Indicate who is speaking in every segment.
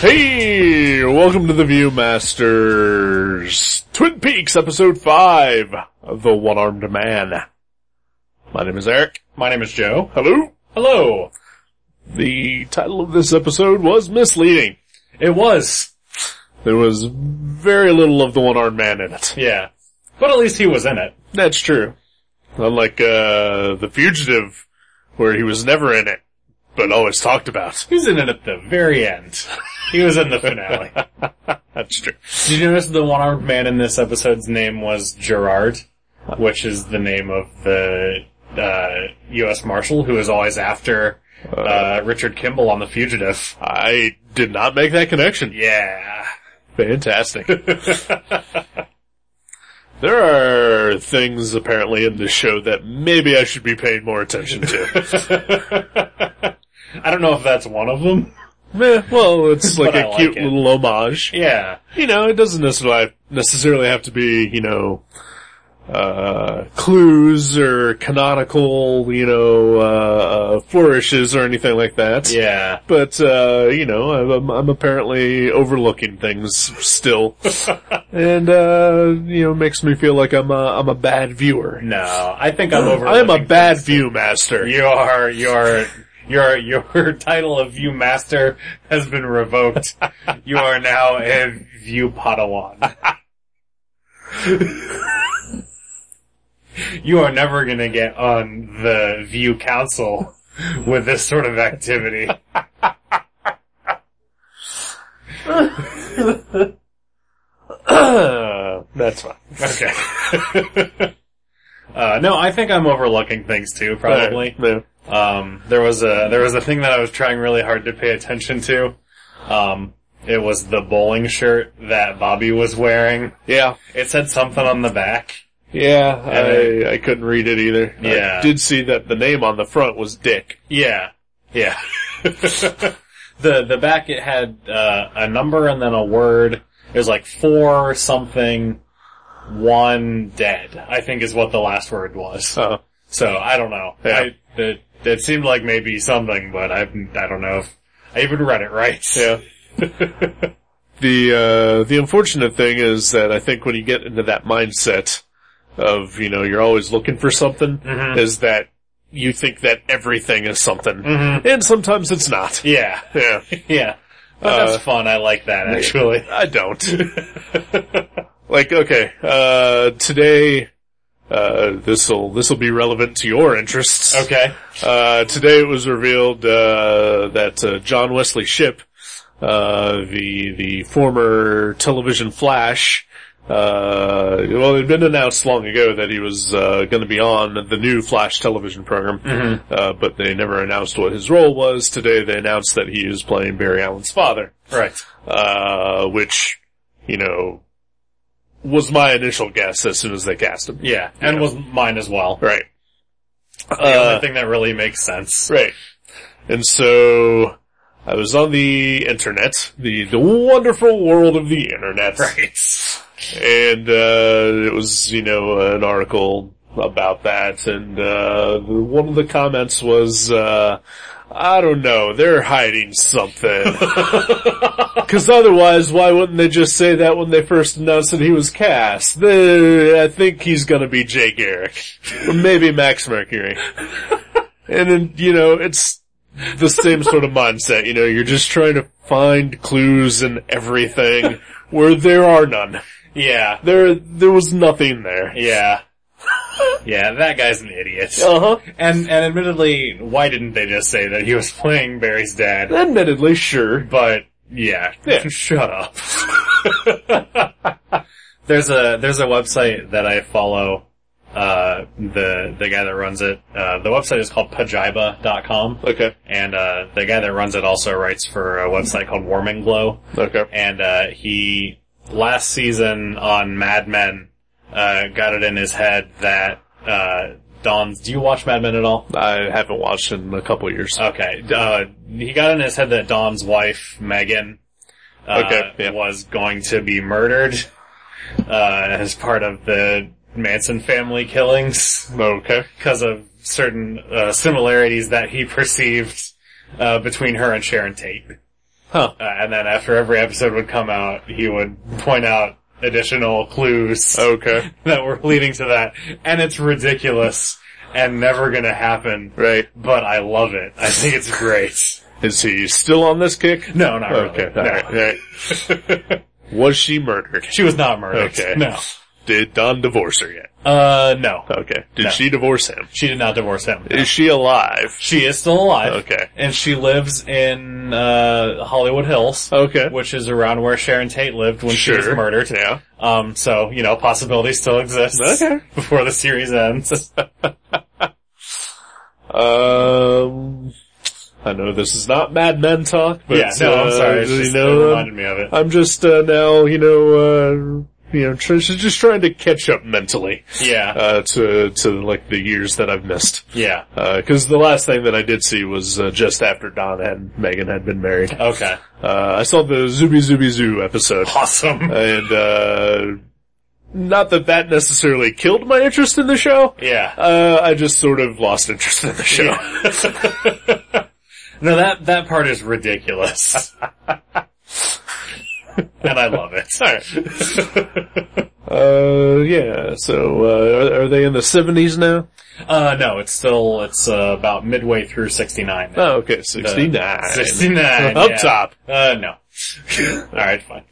Speaker 1: Hey, welcome to the Viewmasters. Twin Peaks episode 5, The One-Armed Man. My name is Eric.
Speaker 2: My name is Joe.
Speaker 1: Hello.
Speaker 2: Hello.
Speaker 1: The title of this episode was misleading.
Speaker 2: It was.
Speaker 1: There was very little of the one-armed man in it.
Speaker 2: Yeah. But at least he was in it.
Speaker 1: That's true. Unlike, uh, The Fugitive, where he was never in it, but always talked about.
Speaker 2: He was in it at the very end. He was in the finale.
Speaker 1: That's true.
Speaker 2: Did you notice the one-armed man in this episode's name was Gerard? Which is the name of the, uh, U.S. Marshal who is always after, uh, Richard Kimball on The Fugitive.
Speaker 1: I did not make that connection.
Speaker 2: Yeah.
Speaker 1: Fantastic. there are things apparently in this show that maybe I should be paying more attention to.
Speaker 2: I don't know if that's one of them.
Speaker 1: Meh, well, it's like
Speaker 2: But
Speaker 1: a
Speaker 2: I like
Speaker 1: cute
Speaker 2: it.
Speaker 1: little homage.
Speaker 2: Yeah.
Speaker 1: You know, it doesn't necessarily necessarily have to be, you know, uh, clues or canonical, you know, uh, uh, flourishes or anything like that.
Speaker 2: Yeah.
Speaker 1: But, uh, you know, I'm, I'm apparently overlooking things still. and, uh, you know, makes me feel like I'm a, I'm a bad viewer.
Speaker 2: No, I think I'm over.
Speaker 1: I am a bad view master.
Speaker 2: You are, you are, your, your title of View Master has been revoked. you are now a View Padawan. you are never gonna get on the View Council with this sort of activity.
Speaker 1: That's fine.
Speaker 2: Okay. Uh, no, I think I'm overlooking things too, probably.
Speaker 1: No.
Speaker 2: Um, there was a there was a thing that I was trying really hard to pay attention to. Um, it was the bowling shirt that Bobby was wearing.
Speaker 1: Yeah.
Speaker 2: It said something on the back.
Speaker 1: Yeah,
Speaker 2: And
Speaker 1: I, I couldn't read it either. I
Speaker 2: Yeah.
Speaker 1: did see that the name on the front was Dick.
Speaker 2: Yeah, yeah. the the back it had uh, a number and then a word. It was like four something, one dead. I think is what the last word was.
Speaker 1: Oh.
Speaker 2: So I don't know.
Speaker 1: Yeah.
Speaker 2: I, it, it seemed like maybe something, but I I don't know if I even read it right.
Speaker 1: Yeah. the uh, the unfortunate thing is that I think when you get into that mindset of you know you're always looking for something,
Speaker 2: Mm-hmm.
Speaker 1: is that you think that everything is something, and sometimes it's not.
Speaker 2: Mm-hmm. Yeah.
Speaker 1: Yeah,
Speaker 2: Yeah. But
Speaker 1: Uh,
Speaker 2: that's fun. I like that actually.
Speaker 1: I don't. like okay, uh, today. Uh, this'll, this'll be relevant to your interests.
Speaker 2: Okay.
Speaker 1: Uh, today it was revealed uh, that uh, John Wesley Shipp, uh, the the former television Flash, uh, well, it had been announced long ago that he was uh, going to be on the new Flash television program, uh, but they never announced what his role was. Today they announced that he is playing Barry Allen's father,
Speaker 2: Right.
Speaker 1: uh, which you know was my initial guess as soon as they cast him.
Speaker 2: Yeah. And was mine as well.
Speaker 1: Right.
Speaker 2: The
Speaker 1: Uh,
Speaker 2: only thing that really makes sense.
Speaker 1: Right. And so I was on the internet, the the wonderful world of the internet,
Speaker 2: Right.
Speaker 1: and uh, it was you know an article about that, and uh, one of the comments was. Uh, I don't know. They're hiding something. Cause otherwise, why wouldn't they just say that when they first announced that he was cast? They- I think he's gonna be Jay Garrick. Or maybe Max Mercury. And then, you know, it's the same sort of mindset, you know, you're just trying to find clues in everything where there are none.
Speaker 2: Yeah.
Speaker 1: There, there was nothing there.
Speaker 2: Yeah. Yeah, that guy's an idiot.
Speaker 1: Uh huh.
Speaker 2: And and admittedly, why didn't they just say that he was playing Barry's dad?
Speaker 1: Admittedly, sure.
Speaker 2: But yeah,
Speaker 1: Yeah.
Speaker 2: shut up. there's a there's a website that I follow. Uh, the the guy that runs it. Uh, the website is called pajiba.com.
Speaker 1: Okay.
Speaker 2: and uh, the guy that runs it also writes for a website called Warm and Glow.
Speaker 1: Okay.
Speaker 2: And uh, he last season on Mad Men uh, got it in his head that uh, Don's. Do you watch Mad Men at all?
Speaker 1: I haven't watched in a couple years.
Speaker 2: Okay, uh, he got it in his head that Don's wife Megan uh,
Speaker 1: Okay, yeah.
Speaker 2: was going to be murdered uh, as part of the Manson family killings
Speaker 1: Okay.
Speaker 2: because of certain uh, similarities that he perceived uh, between her and Sharon Tate.
Speaker 1: Huh.
Speaker 2: Uh, and then after every episode would come out, he would point out additional clues
Speaker 1: Okay.
Speaker 2: that were leading to that. And it's ridiculous and never gonna happen.
Speaker 1: Right.
Speaker 2: But I love it. I think it's great.
Speaker 1: Is he still on this kick? Oh,
Speaker 2: No, not really.
Speaker 1: Okay.
Speaker 2: No.
Speaker 1: Alright, alright. Was she murdered?
Speaker 2: She was not murdered.
Speaker 1: Okay.
Speaker 2: No.
Speaker 1: Did Don divorce her yet?
Speaker 2: Uh, no.
Speaker 1: Okay. Did
Speaker 2: No.
Speaker 1: she divorce him?
Speaker 2: She did not divorce him. no.
Speaker 1: Is she alive?
Speaker 2: She is still alive.
Speaker 1: Okay.
Speaker 2: And she lives in, uh, Hollywood Hills.
Speaker 1: Okay.
Speaker 2: Which is around where Sharon Tate lived when she
Speaker 1: Sure.
Speaker 2: was murdered.
Speaker 1: Yeah.
Speaker 2: Um, so, you know, possibility still exists
Speaker 1: Okay.
Speaker 2: before the series ends.
Speaker 1: Um, I know this is not Mad Men talk, but
Speaker 2: yeah, no, I'm
Speaker 1: uh,
Speaker 2: sorry. It's
Speaker 1: you
Speaker 2: just, it
Speaker 1: know,
Speaker 2: reminded me of it.
Speaker 1: I'm just uh, now, you know, uh, you know, tr- just trying to catch up mentally
Speaker 2: Yeah.
Speaker 1: uh, to to like the years that I've missed.
Speaker 2: yeah.
Speaker 1: Because the last thing that I did see was uh, just after Don and Megan had been married.
Speaker 2: Okay.
Speaker 1: Uh, I saw the Zooby Zooby Zoo episode,
Speaker 2: Awesome.
Speaker 1: and uh, not that that necessarily killed my interest in the show.
Speaker 2: yeah.
Speaker 1: Uh, I just sort of lost interest in the show.
Speaker 2: No, that, that part is ridiculous. and I love it.
Speaker 1: Uh, yeah. So, uh, are, are they in the seventies now?
Speaker 2: Uh, no, it's still, it's uh, about midway through 69.
Speaker 1: Oh, okay, sixty-nine.
Speaker 2: Uh, 69.
Speaker 1: Up
Speaker 2: yeah.
Speaker 1: top.
Speaker 2: Uh, no. Alright, fine.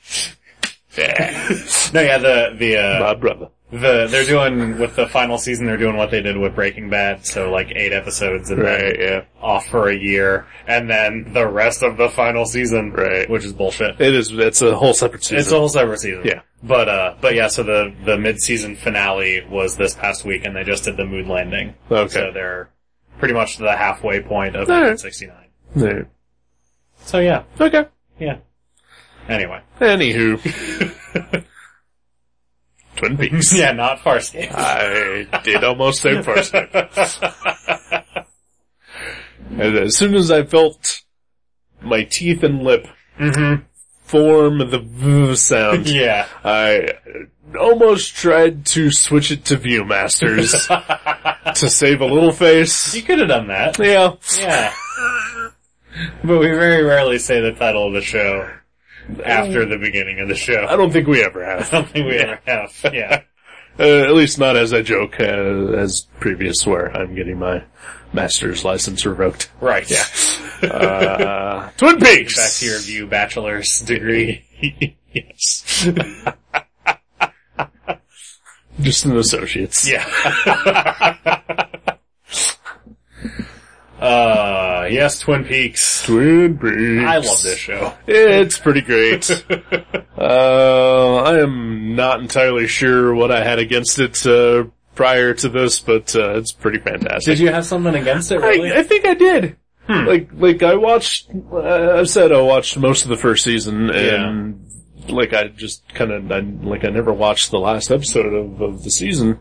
Speaker 2: No, yeah, the, the, uh,
Speaker 1: My brother.
Speaker 2: the, they're doing, with the final season, they're doing what they did with Breaking Bad, so like eight episodes and then
Speaker 1: Right. Yeah.
Speaker 2: off for a year, and then the rest of the final season,
Speaker 1: Right.
Speaker 2: which is bullshit.
Speaker 1: It is. It's a whole separate season.
Speaker 2: It's a whole separate season.
Speaker 1: Yeah.
Speaker 2: But uh but yeah, so the the mid season finale was this past week and they just did the mood landing.
Speaker 1: Okay.
Speaker 2: So they're pretty much to the halfway point of
Speaker 1: Alright.
Speaker 2: nineteen sixty nine.
Speaker 1: Yeah.
Speaker 2: So yeah.
Speaker 1: Okay.
Speaker 2: Yeah. Anyway.
Speaker 1: Anywho. Twin Peaks.
Speaker 2: Yeah, not Farscape.
Speaker 1: I did almost say first. and as soon as I felt my teeth and lip Mm-hmm. form the v sound,
Speaker 2: yeah.
Speaker 1: I almost tried to switch it to Viewmasters to save a little face.
Speaker 2: You could have done that.
Speaker 1: Yeah.
Speaker 2: Yeah. But we very rarely say the title of the show after the beginning of the show.
Speaker 1: I don't think we ever have.
Speaker 2: don't think we ever have. Yeah.
Speaker 1: Uh, at least not as I joke, uh, as previous where I'm getting my master's license revoked.
Speaker 2: Right. Yeah.
Speaker 1: Uh, Twin Peaks!
Speaker 2: Back to your view bachelor's degree.
Speaker 1: yes. Just an associate's.
Speaker 2: Yeah. uh, yes, Twin Peaks.
Speaker 1: Twin Peaks.
Speaker 2: I love this show.
Speaker 1: It's pretty great. uh, I am not entirely sure what I had against it uh, prior to this, but uh, it's pretty fantastic.
Speaker 2: you have something against it,
Speaker 1: I, I think I did. Like, like I watched. Uh, I've said I watched most of the first season, and like I just kind of, I, like I never watched the last episode of, of the season,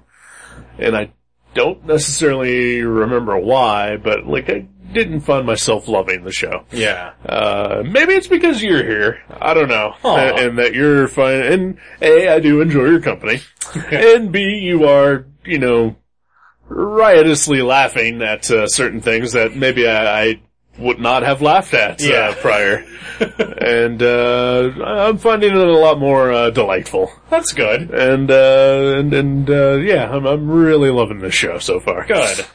Speaker 1: and I don't necessarily remember why, but like I didn't find myself loving the show.
Speaker 2: yeah.
Speaker 1: Uh, maybe it's because you're here. I don't know.
Speaker 2: Aw.
Speaker 1: And, and that you're fine. And A, I do enjoy your company. and B, you are, you know, riotously laughing at uh, certain things that maybe I, I would not have laughed at
Speaker 2: Yeah.
Speaker 1: uh, prior. and, uh, I'm finding it a lot more, uh, delightful.
Speaker 2: That's good.
Speaker 1: And, uh, and, and, uh, yeah, I'm, I'm really loving this show so far.
Speaker 2: Good.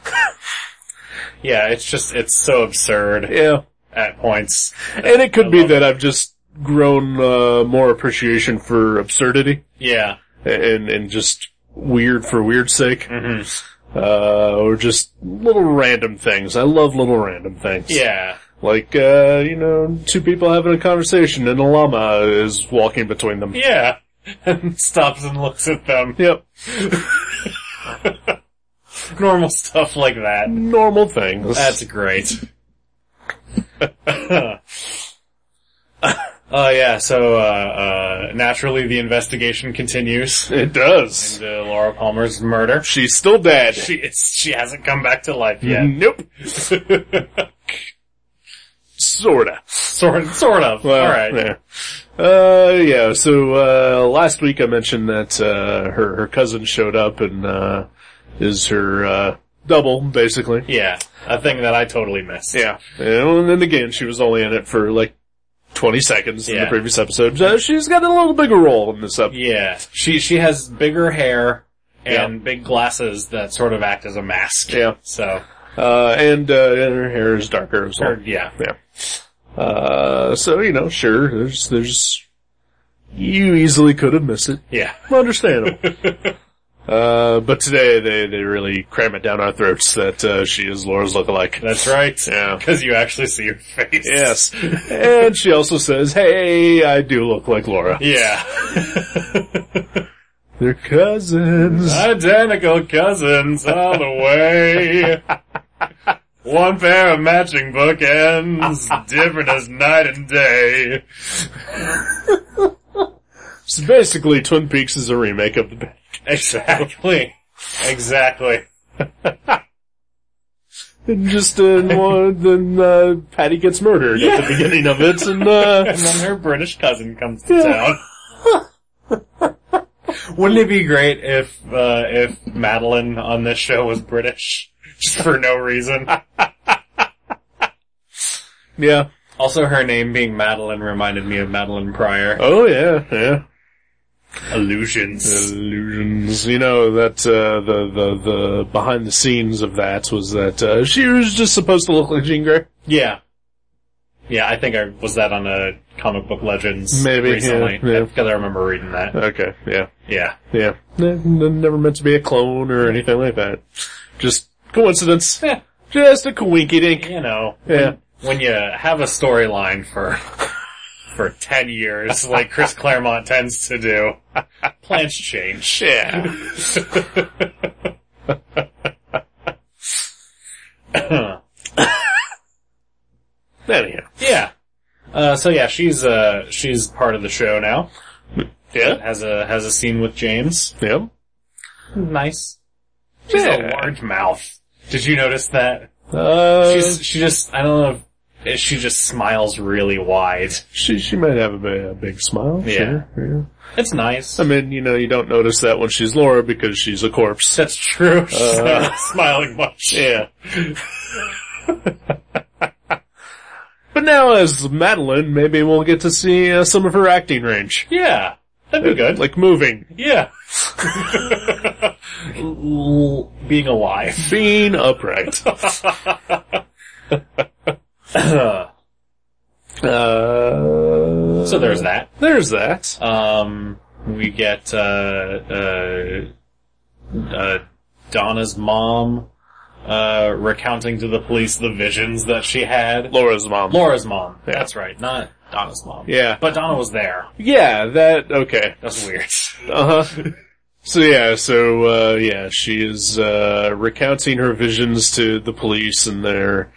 Speaker 2: yeah, it's just, it's so absurd
Speaker 1: Yeah.
Speaker 2: at points.
Speaker 1: And it could be
Speaker 2: love
Speaker 1: that I've just grown, uh, more appreciation for absurdity.
Speaker 2: Yeah.
Speaker 1: and and just weird for weird sake,
Speaker 2: Mm-hmm.
Speaker 1: uh, or just little random things. I love little random things.
Speaker 2: Yeah.
Speaker 1: like uh, you know, two people having a conversation and a llama is walking between them.
Speaker 2: Yeah. And stops and looks at them.
Speaker 1: Yep,
Speaker 2: Normal stuff like that.
Speaker 1: normal things.
Speaker 2: That's great. Oh yeah, so uh, uh, naturally the investigation continues
Speaker 1: it does.
Speaker 2: into Laura Palmer's murder.
Speaker 1: She's still dead.
Speaker 2: She it's, she hasn't come back to life yet.
Speaker 1: Nope. Sorta.
Speaker 2: sort sort of.
Speaker 1: Well,
Speaker 2: All right.
Speaker 1: Yeah. Uh, yeah. So uh, last week I mentioned that uh, her her cousin showed up and uh, is her uh, double basically.
Speaker 2: Yeah, a thing that I totally missed.
Speaker 1: Yeah. And then again, she was only in it for like 20 seconds in
Speaker 2: Yeah.
Speaker 1: the previous episode. So she's got a little bigger role in this episode.
Speaker 2: Yeah. She she has bigger hair and
Speaker 1: Yeah.
Speaker 2: big glasses that sort of act as a mask.
Speaker 1: Yeah.
Speaker 2: So
Speaker 1: Uh, and, uh, and her hair is darker as well.
Speaker 2: or, yeah.
Speaker 1: Yeah. Uh, so, you know, sure, there's, there's, you easily could have missed it.
Speaker 2: Yeah.
Speaker 1: Understandable. uh, but today they, they really cram it down our throats that, uh, she is Laura's lookalike.
Speaker 2: That's right.
Speaker 1: Yeah.
Speaker 2: Because you actually see her face.
Speaker 1: Yes. and she also says, hey, I do look like Laura.
Speaker 2: Yeah.
Speaker 1: They're cousins.
Speaker 2: Identical cousins all the way. One pair of matching bookends, different as night and day.
Speaker 1: So basically, Twin Peaks is a remake of the,
Speaker 2: Exactly. Exactly.
Speaker 1: and just in one, then, uh, Patty gets murdered
Speaker 2: Yeah.
Speaker 1: at the beginning of it, and, uh,
Speaker 2: And then her British cousin comes to town. Wouldn't it be great if uh, if Madeline on this show was British just for no reason?
Speaker 1: yeah.
Speaker 2: Also, her name being Madeline reminded me of Madeline Pryor.
Speaker 1: Oh yeah, yeah.
Speaker 2: Illusions.
Speaker 1: Illusions. You know that uh, the the the behind the scenes of that was that uh, she was just supposed to look like Jean Grey.
Speaker 2: Yeah, yeah. I think I was that on a comic book Legends
Speaker 1: Maybe, yeah,
Speaker 2: recently
Speaker 1: yeah.
Speaker 2: because I remember reading that.
Speaker 1: Okay, yeah,
Speaker 2: Yeah,
Speaker 1: yeah. N- n- Never meant to be a clone or anything like that. Just coincidence.
Speaker 2: Yeah.
Speaker 1: Just a coinky dink.
Speaker 2: you know,
Speaker 1: Yeah.
Speaker 2: when you have a storyline for for ten years, like Chris Claremont tends to do, plans change.
Speaker 1: Yeah. Anyhow.
Speaker 2: Yeah. Uh, so yeah, she's uh, she's part of the show now.
Speaker 1: Yeah.
Speaker 2: Has a has a scene with James.
Speaker 1: Yeah.
Speaker 2: Nice. She's
Speaker 1: Yeah.
Speaker 2: a large mouth. Did you notice that?
Speaker 1: Uh,
Speaker 2: She's she just I don't know. if- If, she just smiles really wide.
Speaker 1: she she might have a, bi- a big smile.
Speaker 2: Yeah.
Speaker 1: sure,
Speaker 2: It's nice.
Speaker 1: yeah. I mean, you know, you don't notice that when she's Laura because she's a corpse.
Speaker 2: That's true. She's
Speaker 1: Uh.
Speaker 2: not smiling much.
Speaker 1: Yeah. but now, as Madeline, maybe we'll get to see uh, some of her acting range.
Speaker 2: Yeah, that'd be good.
Speaker 1: Like moving,
Speaker 2: Yeah. L- Being alive.
Speaker 1: being upright.
Speaker 2: so
Speaker 1: Uh,
Speaker 2: there's that.
Speaker 1: there's that.
Speaker 2: Um, we get uh, uh, uh, Donna's mom uh, recounting to the police the visions that she had.
Speaker 1: Laura's mom.
Speaker 2: Laura's mom.
Speaker 1: Yeah.
Speaker 2: That's right, not Donna's mom.
Speaker 1: Yeah.
Speaker 2: but Donna was there.
Speaker 1: Yeah, that, okay.
Speaker 2: That's weird.
Speaker 1: Uh huh. So yeah, so uh yeah, she is uh recounting her visions to the police and they're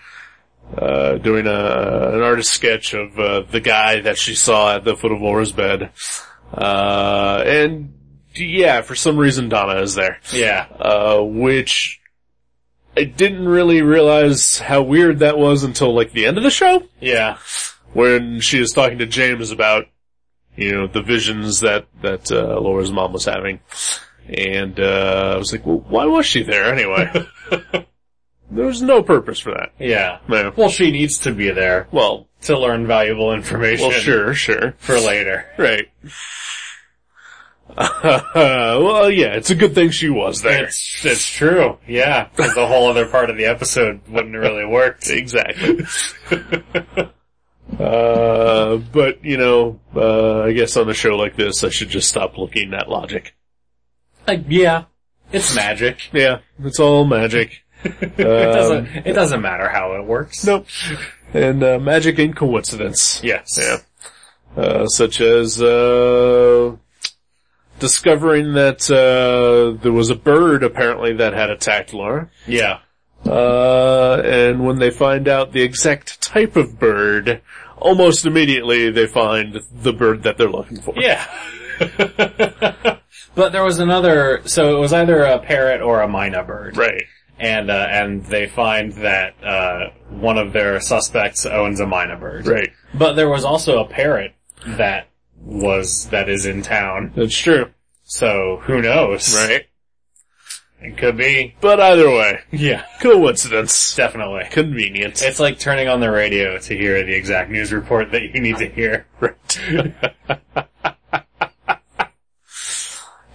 Speaker 1: uh doing a an artist sketch of uh the guy that she saw at the foot of Laura's bed. Uh and yeah, for some reason Donna is there.
Speaker 2: yeah,
Speaker 1: Uh which I didn't really realize how weird that was until like the end of the show
Speaker 2: yeah,
Speaker 1: when she is talking to James about, you know, the visions that, that, uh, Laura's mom was having. And, uh, I was like, well, why was she there anyway? there was no purpose for that.
Speaker 2: yeah.
Speaker 1: No.
Speaker 2: Well, she needs to be there
Speaker 1: Well,
Speaker 2: to learn valuable information
Speaker 1: well, sure, sure.
Speaker 2: for later.
Speaker 1: Right. well, yeah, it's a good thing she was there.
Speaker 2: It's it's true, yeah. Because the whole other part of the episode wouldn't have really worked.
Speaker 1: Exactly. uh, but, you know, uh, I guess on a show like this, I should just stop looking at logic.
Speaker 2: Like, yeah, it's magic.
Speaker 1: Yeah, it's all magic.
Speaker 2: it doesn't. It doesn't matter how it works.
Speaker 1: Nope. And uh, magic and coincidence.
Speaker 2: Yes.
Speaker 1: Yeah. Uh, such as uh, discovering that uh, there was a bird apparently that had attacked Laura.
Speaker 2: Yeah.
Speaker 1: Uh, and when they find out the exact type of bird, almost immediately they find the bird that they're looking for.
Speaker 2: Yeah. but there was another. So it was either a parrot or a mina bird,
Speaker 1: Right.
Speaker 2: and uh, and they find that uh, one of their suspects owns a mina bird.
Speaker 1: Right.
Speaker 2: But there was also a parrot that was that is in town.
Speaker 1: That's true.
Speaker 2: So who knows?
Speaker 1: Right.
Speaker 2: It could be.
Speaker 1: But either way,
Speaker 2: Yeah,
Speaker 1: coincidence.
Speaker 2: definitely.
Speaker 1: Convenient.
Speaker 2: It's like turning on the radio to hear the exact news report that you need to hear.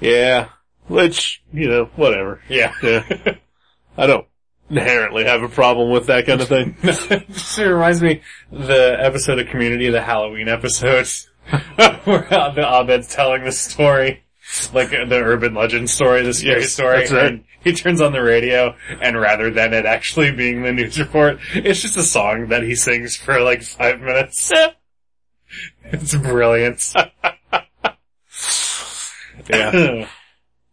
Speaker 1: yeah. Which, you know, whatever.
Speaker 2: Yeah.
Speaker 1: Yeah. I don't inherently have a problem with that kind of thing.
Speaker 2: this reminds me the episode of Community, the Halloween episode, where the Abed's telling the story, like the urban legend story, the scary
Speaker 1: Yes,
Speaker 2: story.
Speaker 1: that's right.
Speaker 2: And he turns on the radio, and rather than it actually being the news report, it's just a song that he sings for like five minutes.
Speaker 1: Eh,
Speaker 2: it's brilliant.
Speaker 1: Yeah.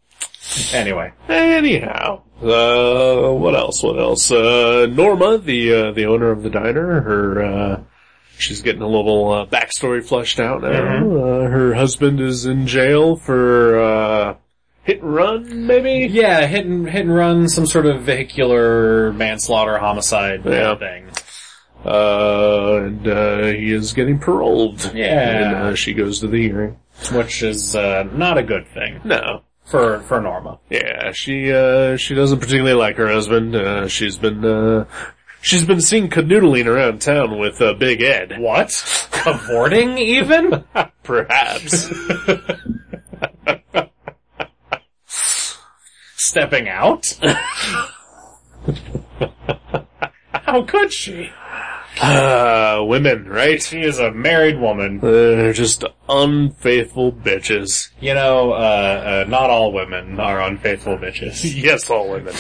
Speaker 2: anyway,
Speaker 1: Anyhow, uh, what else? What else? Uh, Norma, the uh, the owner of the diner, her uh, she's getting a little uh, backstory fleshed out now. Uh, her husband is in jail for uh, hit and run, maybe.
Speaker 2: yeah, hit and hit and run, some sort of vehicular manslaughter, homicide
Speaker 1: Yeah.
Speaker 2: thing.
Speaker 1: Uh, and uh, he is getting paroled.
Speaker 2: Yeah.
Speaker 1: and uh, she goes to the hearing.
Speaker 2: which is uh, not a good thing
Speaker 1: No,
Speaker 2: for for Norma.
Speaker 1: Yeah, she uh she doesn't particularly like her husband. Uh she's been uh she's been seen canoodling around town with uh, Big Ed.
Speaker 2: What? Cavorting even?
Speaker 1: Perhaps.
Speaker 2: Stepping out? How could she?
Speaker 1: uh women, right?
Speaker 2: She is a married woman.
Speaker 1: They're just unfaithful bitches.
Speaker 2: You know, uh, uh, not all women are unfaithful bitches.
Speaker 1: Yes, all women.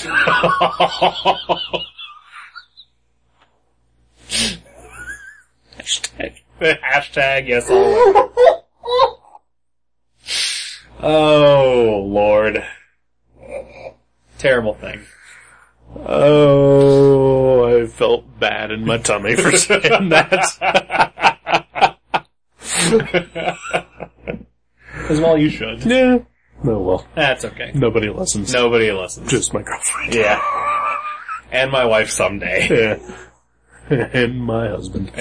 Speaker 2: Hashtag. Hashtag yes all women. Oh, Lord. Terrible thing.
Speaker 1: Oh, I felt bad in my tummy for saying that.
Speaker 2: As well you should.
Speaker 1: yeah. No, well,
Speaker 2: That's okay.
Speaker 1: nobody listens.
Speaker 2: Nobody listens.
Speaker 1: Just my girlfriend.
Speaker 2: Yeah. And my wife someday.
Speaker 1: Yeah. and my husband.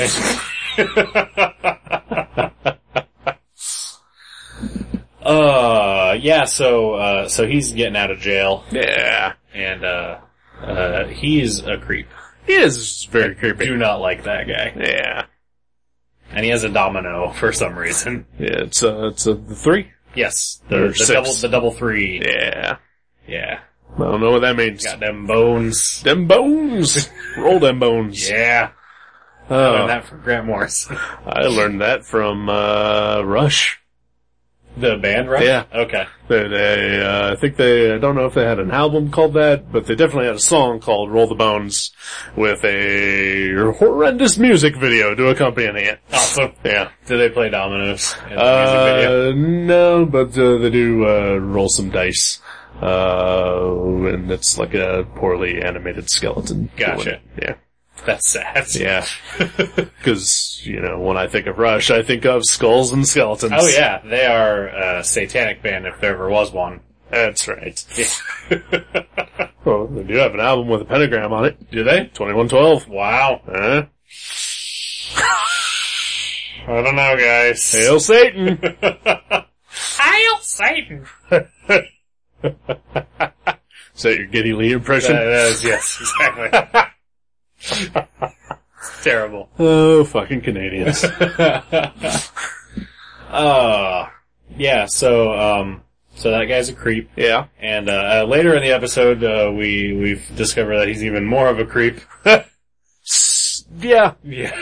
Speaker 2: uh, yeah, so, uh, so he's getting out of jail,
Speaker 1: Yeah.
Speaker 2: and, uh, uh, he's a creep.
Speaker 1: He is very creepy.
Speaker 2: Do not like that guy.
Speaker 1: Yeah.
Speaker 2: And he has a domino for some reason.
Speaker 1: Yeah, it's uh, it's uh, the three.
Speaker 2: Yes,
Speaker 1: Or
Speaker 2: the, the
Speaker 1: six.
Speaker 2: double, the double three.
Speaker 1: Yeah,
Speaker 2: Yeah.
Speaker 1: I don't know what that means.
Speaker 2: Got them bones.
Speaker 1: Them bones, roll them bones.
Speaker 2: Yeah.
Speaker 1: Oh,
Speaker 2: Learned that from Grant Morris.
Speaker 1: I learned that from uh, Rush.
Speaker 2: the band, right?
Speaker 1: Yeah.
Speaker 2: Okay.
Speaker 1: They, they, uh, I think they, I don't know if they had an album called that, but they definitely had a song called "Roll the Bones" with a horrendous music video to accompany it.
Speaker 2: Awesome.
Speaker 1: Yeah.
Speaker 2: Do they play dominoes in the music video?
Speaker 1: Uh, no, but uh, they do uh, roll some dice. Uh, and it's like a poorly animated skeleton.
Speaker 2: Gotcha.
Speaker 1: Yeah.
Speaker 2: That's sad.
Speaker 1: Yeah. Cause, you know, when I think of Rush, I think of skulls and skeletons.
Speaker 2: Oh yeah, they are a satanic band if there ever was one.
Speaker 1: That's right. well, they do have an album with a pentagram on it.
Speaker 2: Do they?
Speaker 1: 2112.
Speaker 2: Wow.
Speaker 1: Huh?
Speaker 2: I don't know, guys.
Speaker 1: Hail Satan!
Speaker 2: Hail Satan!
Speaker 1: Is that your Giddy Lee
Speaker 2: That,
Speaker 1: impression?
Speaker 2: that is, yes, exactly. It's terrible.
Speaker 1: oh, fucking Canadians.
Speaker 2: Uh, yeah, so, um, so that guy's a creep.
Speaker 1: yeah.
Speaker 2: And, uh, uh, later in the episode, uh, we, we've discovered that he's even more of a creep.
Speaker 1: S- Yeah.
Speaker 2: yeah.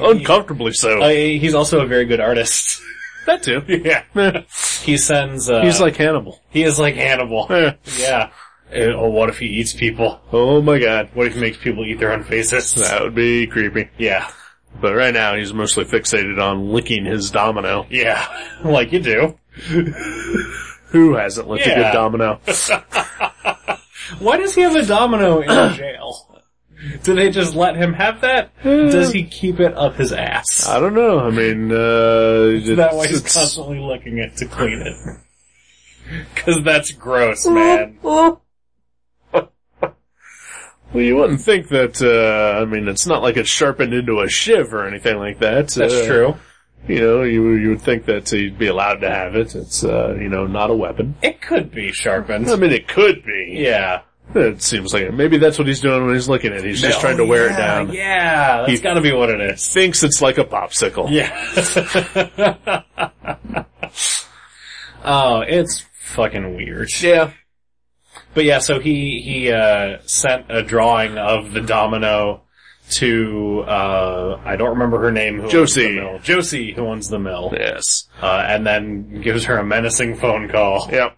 Speaker 1: Oh, Uncomfortably so.
Speaker 2: Uh, he's also a very good artist.
Speaker 1: that too.
Speaker 2: yeah.
Speaker 1: Eh,
Speaker 2: He sends, uh,
Speaker 1: He's like Hannibal.
Speaker 2: He is like Hannibal.
Speaker 1: Eh.
Speaker 2: yeah. Eh, oh, what if he eats people?
Speaker 1: Oh my god.
Speaker 2: What if he makes people eat their own faces?
Speaker 1: That would be creepy.
Speaker 2: Yeah.
Speaker 1: But right now he's mostly fixated on licking his domino.
Speaker 2: Yeah. like you do.
Speaker 1: Who hasn't licked a
Speaker 2: Yeah.
Speaker 1: good domino?
Speaker 2: Why does he have a domino in jail? Do they just let him have that? Does he keep it up his ass?
Speaker 1: I don't know. I mean, uh, it's,
Speaker 2: that way he's
Speaker 1: Uh, it's-
Speaker 2: constantly licking it to clean it. Cause that's gross, man.
Speaker 1: well, you wouldn't think that. Uh, I mean, it's not like it's sharpened into a shiv or anything like that.
Speaker 2: That's
Speaker 1: Uh,
Speaker 2: true.
Speaker 1: You know, you you would think that he'd be allowed to have it. It's uh, you know not a weapon.
Speaker 2: It could be sharpened.
Speaker 1: I mean, it could be.
Speaker 2: Yeah.
Speaker 1: It seems like it. Maybe that's what he's doing when he's looking at. it. He's just trying to wear
Speaker 2: Yeah,
Speaker 1: it down.
Speaker 2: Yeah, that's
Speaker 1: He-
Speaker 2: gotta be what it is.
Speaker 1: Thinks it's like a popsicle.
Speaker 2: Yeah. oh, it's fucking weird.
Speaker 1: Yeah.
Speaker 2: But yeah, so he he uh, sent a drawing of the domino to uh, I don't remember her name. Who
Speaker 1: Josie.
Speaker 2: owns the mill. Josie, who owns the mill,
Speaker 1: Yes.
Speaker 2: uh, and then gives her a menacing phone call.
Speaker 1: Yep.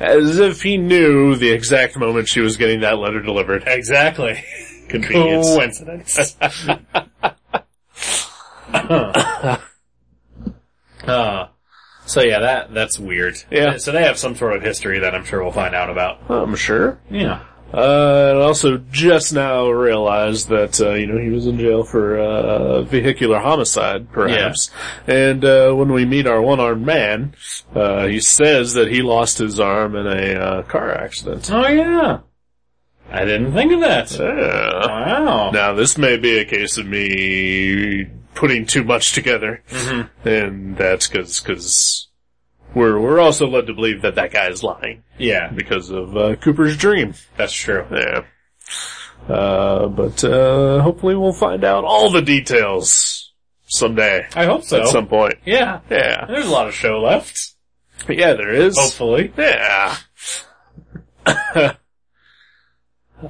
Speaker 1: As if he knew the exact moment she was getting that letter delivered.
Speaker 2: Exactly.
Speaker 1: Convenience.
Speaker 2: Coincidence. uh, so yeah, that that's weird.
Speaker 1: Yeah.
Speaker 2: So they have some sort of history that I'm sure we'll find out about.
Speaker 1: I'm sure.
Speaker 2: Yeah.
Speaker 1: Uh, and also just now realized that, uh, you know, he was in jail for, uh, vehicular homicide, perhaps. And, uh, when we meet our one-armed man, uh, he says that he lost his arm in a, uh, car accident.
Speaker 2: Oh yeah. I didn't think of that.
Speaker 1: Yeah.
Speaker 2: Uh, Wow.
Speaker 1: Now this may be a case of me putting too much together. And that's cause, cause we're, we're also led to believe that that guy is lying
Speaker 2: Yeah,
Speaker 1: because of, uh, Cooper's dream.
Speaker 2: that's true.
Speaker 1: Yeah. Uh, but uh, hopefully we'll find out all the details someday
Speaker 2: I hope so.
Speaker 1: at some point.
Speaker 2: yeah.
Speaker 1: Yeah,
Speaker 2: There's a lot of show left.
Speaker 1: yeah, there is.
Speaker 2: Hopefully.
Speaker 1: Yeah,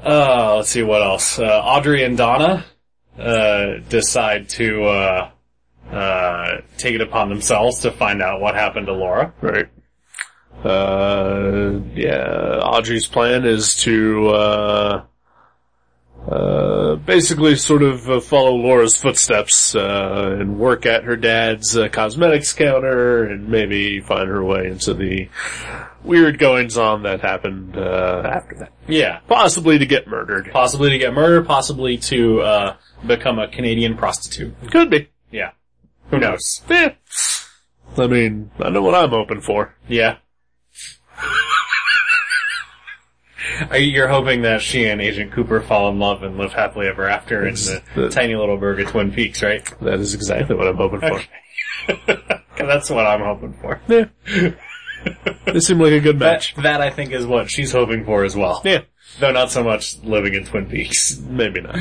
Speaker 2: Uh, let's see what else. Uh, Audrey and Donna, uh, decide to, uh, uh, take it upon themselves to find out what happened to Laura.
Speaker 1: right. Uh, yeah. Audrey's plan is to uh, uh, basically sort of uh, follow Laura's footsteps uh, and work at her dad's uh, cosmetics counter, and maybe find her way into the weird goings on that happened uh, after that.
Speaker 2: Yeah.
Speaker 1: possibly to get murdered.
Speaker 2: Possibly to get murdered, possibly to, uh, become a Canadian prostitute.
Speaker 1: Could be.
Speaker 2: Yeah. Who knows?
Speaker 1: Eh. I mean, I know what I'm hoping for.
Speaker 2: Yeah. Are you, you're hoping that she and Agent Cooper fall in love and live happily ever after in the,
Speaker 1: the-
Speaker 2: tiny little burg of Twin Peaks, right?
Speaker 1: That is exactly what I'm hoping for.
Speaker 2: Okay. That's what I'm hoping for.
Speaker 1: Yeah. Eh. they seem like a good
Speaker 2: That,
Speaker 1: match.
Speaker 2: that I think is what she's hoping for as well.
Speaker 1: Yeah.
Speaker 2: Though not so much living in Twin Peaks.
Speaker 1: Maybe not.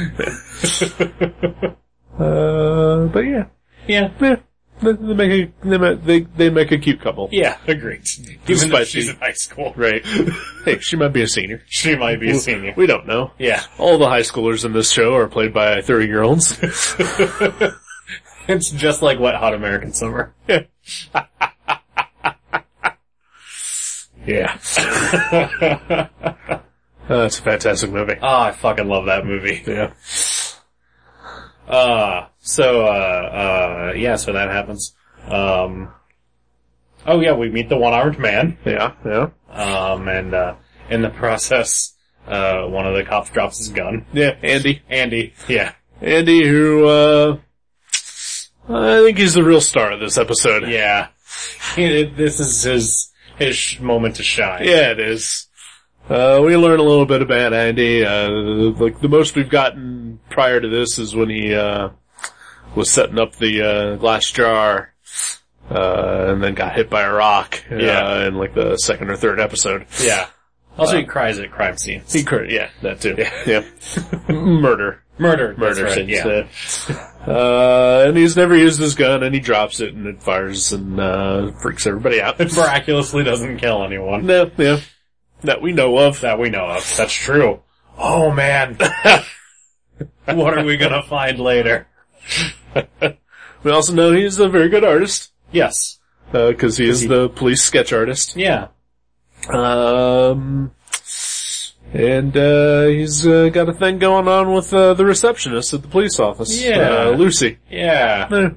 Speaker 1: uh, but yeah.
Speaker 2: Yeah.
Speaker 1: Yeah. They, they make a, they, ma- they, they make a cute couple.
Speaker 2: Yeah, agreed. Even though
Speaker 1: Despite
Speaker 2: she's
Speaker 1: the-
Speaker 2: in high school.
Speaker 1: Right. hey, she might be a senior.
Speaker 2: She might be a senior.
Speaker 1: We don't know.
Speaker 2: Yeah.
Speaker 1: All the high schoolers in this show are played by 30 year olds.
Speaker 2: It's just like Wet Hot American Summer.
Speaker 1: yeah. Uh, that's a fantastic movie.
Speaker 2: Ah, I fucking love that movie.
Speaker 1: Yeah.
Speaker 2: Uh, so, uh, uh, yeah, so that happens. Um, oh yeah, we meet the one-armed man,
Speaker 1: Yeah. Yeah.
Speaker 2: um, and, uh, in the process, uh, one of the cops drops his gun.
Speaker 1: Yeah. Andy.
Speaker 2: Andy, yeah,
Speaker 1: Andy, who, uh, I think he's the real star of this episode.
Speaker 2: yeah. He- this is his, his sh- moment to shine.
Speaker 1: Yeah, it is. Uh, we learn a little bit about Andy, uh, like the most we've gotten prior to this is when he, uh, was setting up the, uh, glass jar, uh, and then got hit by a rock, uh,
Speaker 2: Yeah.
Speaker 1: in like the second or third episode.
Speaker 2: Yeah. Uh, Also, he cries at crime scenes.
Speaker 1: He cur- yeah, that too. Yeah. Murder.
Speaker 2: Murder, that's
Speaker 1: Murder
Speaker 2: right,
Speaker 1: scenes,
Speaker 2: yeah.
Speaker 1: yeah. Uh, and he's never used his gun and he drops it and it fires and, uh, freaks everybody out.
Speaker 2: Miraculously doesn't kill anyone
Speaker 1: No, yeah. That we know of.
Speaker 2: that we know of. That's true. Oh man. what are we gonna find later?
Speaker 1: We also know he's a very good artist,
Speaker 2: Yes.
Speaker 1: uh, cause he is the police sketch artist.
Speaker 2: Yeah.
Speaker 1: Um, and, uh, he's, uh, got a thing going on with, uh, the receptionist at the police office.
Speaker 2: Yeah.
Speaker 1: Uh, Lucy.
Speaker 2: Yeah.
Speaker 1: Eh.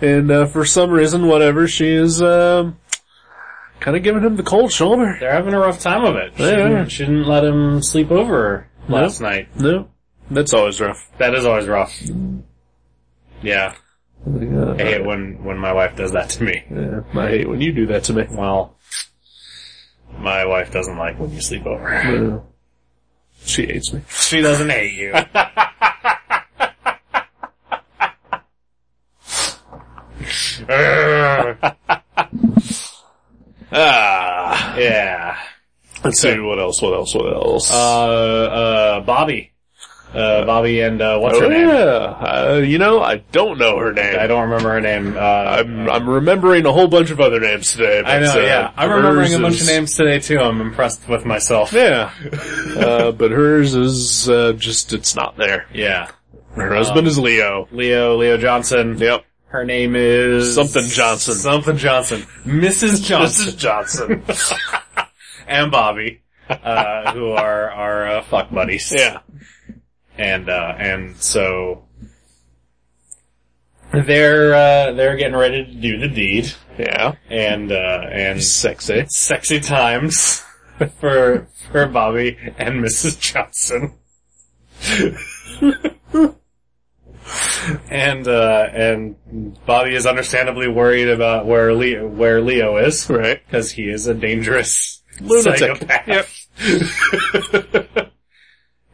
Speaker 1: And, uh, for some reason, whatever, she is, um, kinda giving him the cold shoulder.
Speaker 2: They're having a rough time of it. She,
Speaker 1: They are.
Speaker 2: didn't, she didn't let him sleep over last night.
Speaker 1: No. That's always rough.
Speaker 2: That is always rough. Yeah.
Speaker 1: Yeah.
Speaker 2: I hate when, when my wife does that to me.
Speaker 1: Yeah, I hate when you do that to me.
Speaker 2: Well, my wife doesn't like when you sleep over.
Speaker 1: Uh, She hates me.
Speaker 2: she doesn't hate you.
Speaker 1: ah.
Speaker 2: Yeah.
Speaker 1: Let's see what else. What else? What else?
Speaker 2: Uh, uh, Bobby. Uh, Bobby and, uh, what's
Speaker 1: oh
Speaker 2: her name?
Speaker 1: yeah. Uh, you know, I don't know her name.
Speaker 2: I don't remember her name. Uh,
Speaker 1: I'm I'm remembering a whole bunch of other names today. But,
Speaker 2: I know,
Speaker 1: uh,
Speaker 2: yeah. I'm remembering
Speaker 1: hers
Speaker 2: a bunch
Speaker 1: is-
Speaker 2: of names today too. I'm impressed with myself.
Speaker 1: Yeah, uh, but hers is uh, just it's not there.
Speaker 2: Yeah.
Speaker 1: Her husband is Leo.
Speaker 2: Leo, Leo Johnson.
Speaker 1: Yep,
Speaker 2: Her name is...
Speaker 1: Something Johnson.
Speaker 2: Something Johnson. Mrs. Johnson.
Speaker 1: Mrs. Johnson.
Speaker 2: and Bobby, uh, who are, are, uh, fuck buddies.
Speaker 1: yeah,
Speaker 2: and uh and so they're uh they're getting ready to do the deed
Speaker 1: yeah,
Speaker 2: and uh and
Speaker 1: sexy.
Speaker 2: sexy times for for Bobby and Mrs. Johnson. and uh and Bobby is understandably worried about where Leo where Leo is
Speaker 1: Right,
Speaker 2: because he is a dangerous
Speaker 1: Lunatic.
Speaker 2: psychopath.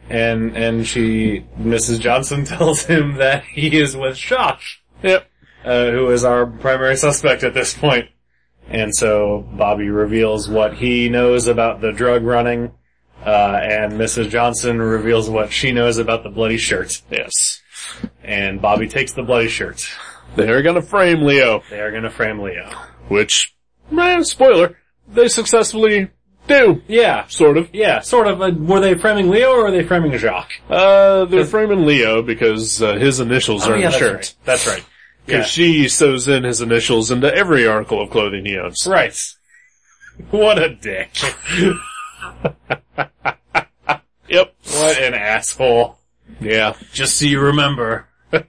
Speaker 2: and and she, Mrs. Johnson, tells him that he is with Shosh,
Speaker 1: yep.
Speaker 2: uh, who is our primary suspect at this point. And so Bobby reveals what he knows about the drug running, uh, and Mrs. Johnson reveals what she knows about the bloody shirt.
Speaker 1: Yes,
Speaker 2: And Bobby takes the bloody shirt.
Speaker 1: they're gonna frame Leo,
Speaker 2: They are gonna frame Leo.
Speaker 1: which, eh, spoiler, they successfully do,
Speaker 2: Yeah.
Speaker 1: sort of.
Speaker 2: Yeah, sort of. Uh, were they framing Leo or were they framing Jacques?
Speaker 1: Uh, they're framing Leo because uh, his initials are in the
Speaker 2: that's
Speaker 1: shirt.
Speaker 2: right. That's right. Yeah.
Speaker 1: Because she sews in his initials into every article of clothing he owns.
Speaker 2: Right. What a dick.
Speaker 1: Yep.
Speaker 2: What an asshole.
Speaker 1: Yeah.
Speaker 2: Just so you remember. I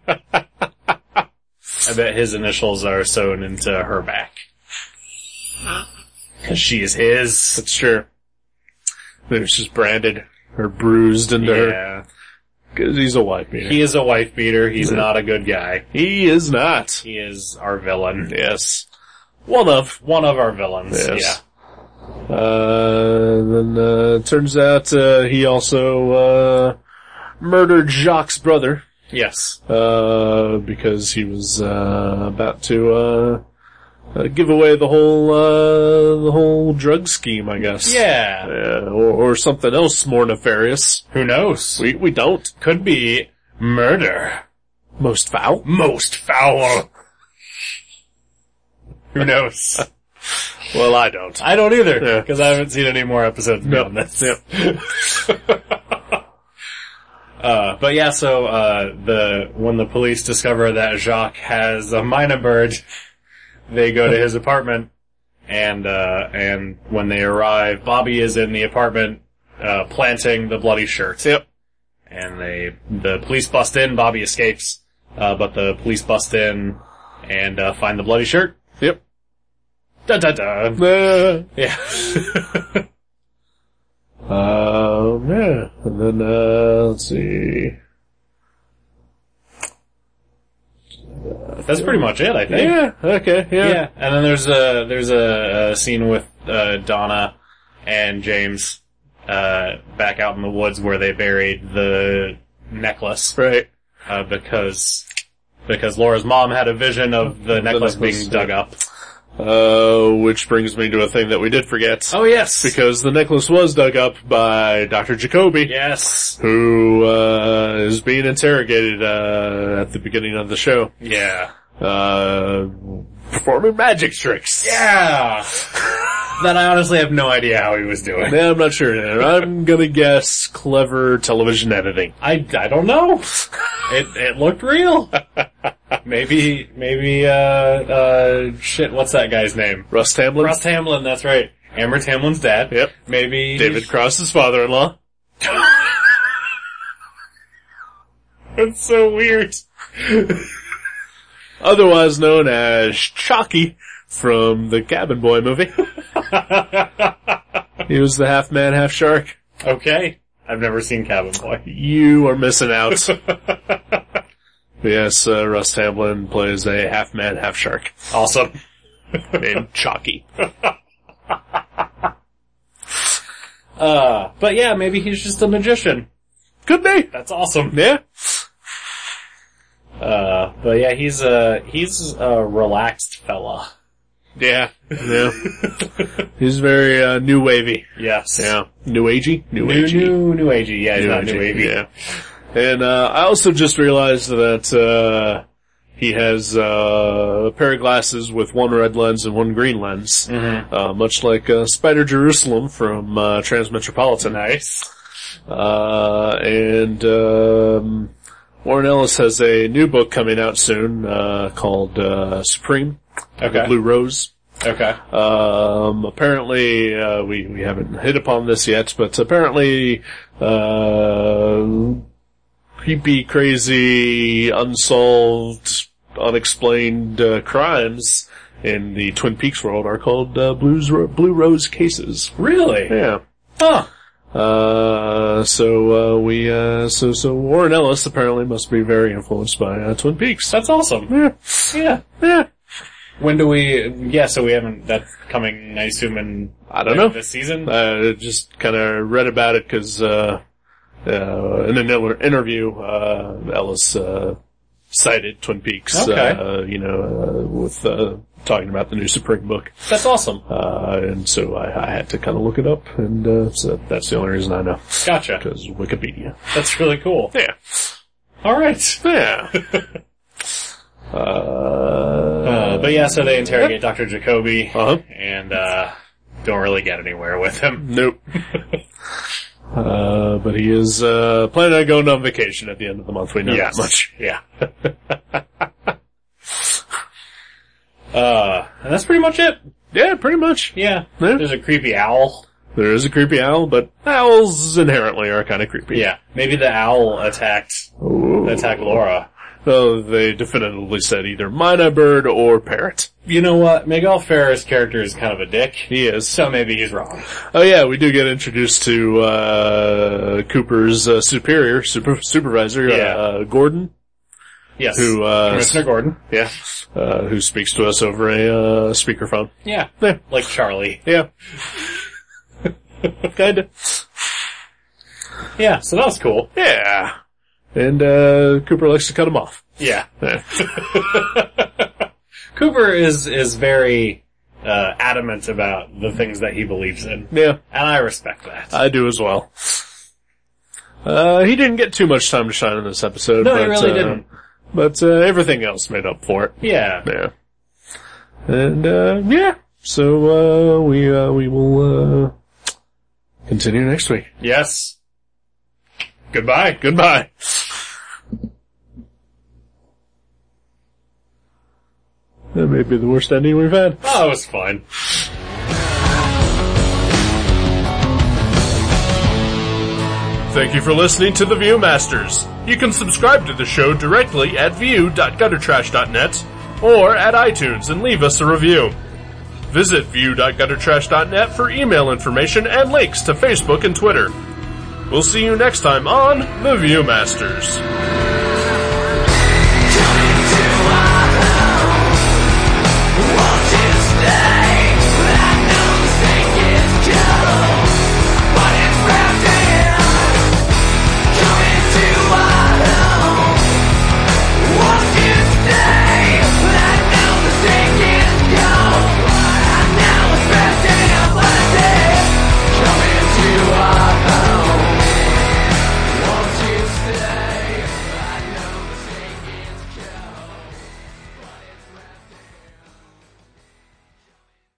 Speaker 2: bet his initials are sewn into her back. 'Cause she is his.
Speaker 1: That's true. They're just branded or bruised into her.
Speaker 2: Yeah.
Speaker 1: Because he's a white beater.
Speaker 2: He is a wife beater. He's not a good guy.
Speaker 1: He is not.
Speaker 2: He is our villain.
Speaker 1: Yes. One of.
Speaker 2: One of our villains.
Speaker 1: Yes. Uh, then, uh, turns out, uh, he also, uh, murdered Jacques' brother,
Speaker 2: Yeah. Yes.
Speaker 1: uh, because he was, uh, about to, uh, uh, give away the whole, uh, the whole drug scheme, I guess.
Speaker 2: Yeah.
Speaker 1: Uh, or, or something else more nefarious.
Speaker 2: Who knows?
Speaker 1: We, we don't.
Speaker 2: could be murder.
Speaker 1: Most foul.
Speaker 2: Most foul. Who knows?
Speaker 1: Well, I don't.
Speaker 2: I don't either,
Speaker 1: Yeah.
Speaker 2: because I haven't seen any more episodes beyond this. uh, but yeah, so uh, the when the police discover that Jacques has a minor bird, they go to his apartment, and uh, and when they arrive, Bobby is in the apartment uh, planting the bloody shirt,
Speaker 1: Yep.
Speaker 2: and they the police bust in. Bobby escapes, uh, but the police bust in and uh, find the bloody shirt.
Speaker 1: Yep.
Speaker 2: Da da da.
Speaker 1: Uh,
Speaker 2: Yeah.
Speaker 1: um, yeah. And then, uh, let's see.
Speaker 2: That's pretty much it, I think.
Speaker 1: Yeah, okay, yeah.
Speaker 2: Yeah, and then there's a there's a, a scene with uh, Donna and James uh, back out in the woods where they buried the necklace
Speaker 1: Right.
Speaker 2: uh, because because Laura's mom had a vision of the necklace,
Speaker 1: necklace,
Speaker 2: being dug up.
Speaker 1: Uh, which brings me to a thing that we did forget.
Speaker 2: Oh yes,
Speaker 1: Because the necklace was dug up by Dr. Jacoby.
Speaker 2: yes,
Speaker 1: Who, uh, is being interrogated, uh, at the beginning of the show.
Speaker 2: yeah,
Speaker 1: Uh, performing magic tricks.
Speaker 2: yeah. that I honestly have no idea how he was doing.
Speaker 1: Yeah, I'm not sure. I'm gonna guess clever television editing.
Speaker 2: I, I don't know. It it looked real. Maybe maybe uh uh shit. What's that guy's name?
Speaker 1: Russ Tamlin?
Speaker 2: Russ Hamlin, that's right. Amber Tamlin's dad.
Speaker 1: Yep.
Speaker 2: Maybe
Speaker 1: David Cross's father-in-law.
Speaker 2: That's so weird.
Speaker 1: Otherwise known as Chalky from the Cabin Boy movie. he was the half man, half shark.
Speaker 2: Okay. I've never seen Cabin Boy.
Speaker 1: You are missing out. yes, uh, Russ Tamlin plays a half man, half shark
Speaker 2: Awesome.
Speaker 1: named Chalky.
Speaker 2: Uh, but yeah, maybe he's just a magician.
Speaker 1: Could be.
Speaker 2: That's awesome.
Speaker 1: Yeah.
Speaker 2: Uh, but yeah, he's a he's a relaxed fella.
Speaker 1: Yeah. Yeah. He's very, uh, new wavy.
Speaker 2: Yes.
Speaker 1: Yeah. New agey? New,
Speaker 2: New
Speaker 1: agey.
Speaker 2: new new agey. Yeah, he's
Speaker 1: New
Speaker 2: not
Speaker 1: agey,
Speaker 2: new agey.
Speaker 1: Yeah. And, uh, I also just realized that, uh, he has, uh, a pair of glasses with one red lens and one green lens. Uh, much like, uh, Spider Jerusalem from, uh, Transmetropolitan.
Speaker 2: Nice.
Speaker 1: Uh, and um, Warren Ellis has a new book coming out soon uh, called uh, Supreme, The
Speaker 2: Okay.
Speaker 1: Blue Rose.
Speaker 2: Okay.
Speaker 1: Um, apparently, uh, we we haven't hit upon this yet, but apparently, uh, creepy, crazy, unsolved, unexplained uh, crimes in the Twin Peaks world are called uh, blues ro- blue rose cases.
Speaker 2: Really?
Speaker 1: Yeah.
Speaker 2: Huh.
Speaker 1: Uh, so uh, we uh, so so Warren Ellis apparently must be very influenced by uh, Twin Peaks.
Speaker 2: That's awesome.
Speaker 1: Yeah,
Speaker 2: Yeah.
Speaker 1: yeah.
Speaker 2: When do we? Yeah. So we haven't. That's coming. I assume in.
Speaker 1: I don't know. Uh,
Speaker 2: This season.
Speaker 1: I just kind of read about it because uh, uh, in an inter- interview, uh, Ellis uh, cited Twin Peaks.
Speaker 2: Okay.
Speaker 1: Uh, you know, uh, with uh, talking about the new Supreme book,
Speaker 2: That's awesome.
Speaker 1: uh, and so I, I had to kind of look it up, and uh, so that's the only reason I know
Speaker 2: Gotcha.
Speaker 1: because Wikipedia.
Speaker 2: That's really cool.
Speaker 1: Yeah,
Speaker 2: All right.
Speaker 1: yeah. uh,
Speaker 2: Uh, but yeah, so they interrogate Dr. Jacoby
Speaker 1: Uh-huh.
Speaker 2: and uh, don't really get anywhere with him.
Speaker 1: Nope. uh, but he is uh, planning on going on vacation at the end of the month. We know that much.
Speaker 2: Yeah. uh, and that's pretty much it.
Speaker 1: Yeah, pretty much.
Speaker 2: Yeah.
Speaker 1: Yeah.
Speaker 2: There's a creepy owl.
Speaker 1: There is a creepy owl, but owls inherently are kind of creepy.
Speaker 2: Yeah. Maybe the owl attacked
Speaker 1: Ooh.
Speaker 2: attacked Laura.
Speaker 1: Though they definitively said either mina bird or parrot.
Speaker 2: You know what? Miguel Ferrer's character is kind of a dick,
Speaker 1: He is.
Speaker 2: so maybe he's wrong.
Speaker 1: Oh yeah, we do get introduced to uh, Cooper's uh, superior, super, supervisor,
Speaker 2: Yeah.
Speaker 1: uh, Gordon,
Speaker 2: Yes.
Speaker 1: who uh,
Speaker 2: Commissioner Gordon.
Speaker 1: yeah, uh, who speaks to us over a uh, speakerphone.
Speaker 2: Yeah.
Speaker 1: Yeah.
Speaker 2: Like Charlie.
Speaker 1: Yeah. Kinda.
Speaker 2: Yeah, so that was cool.
Speaker 1: Yeah. And, uh, Cooper likes to cut him off.
Speaker 2: Yeah.
Speaker 1: Yeah.
Speaker 2: Cooper is is very uh, adamant about the things that he believes in,
Speaker 1: yeah,
Speaker 2: and I respect that.
Speaker 1: I do as well. Uh, he didn't get too much time to shine in this episode.
Speaker 2: no,
Speaker 1: but,
Speaker 2: he really
Speaker 1: uh,
Speaker 2: didn't.
Speaker 1: But, uh, everything else made up for it.
Speaker 2: Yeah,
Speaker 1: Yeah. And, uh, yeah. So, uh, we, uh, we will, uh, continue next week.
Speaker 2: yes. Goodbye.
Speaker 1: Goodbye. That may be the worst ending we've had.
Speaker 2: Oh, it was fun.
Speaker 1: Thank you for listening to The Viewmasters. You can subscribe to the show directly at view.guttertrash.net or at iTunes and leave us a review. Visit view.guttertrash.net for email information and links to Facebook and Twitter. We'll see you next time on The Viewmasters.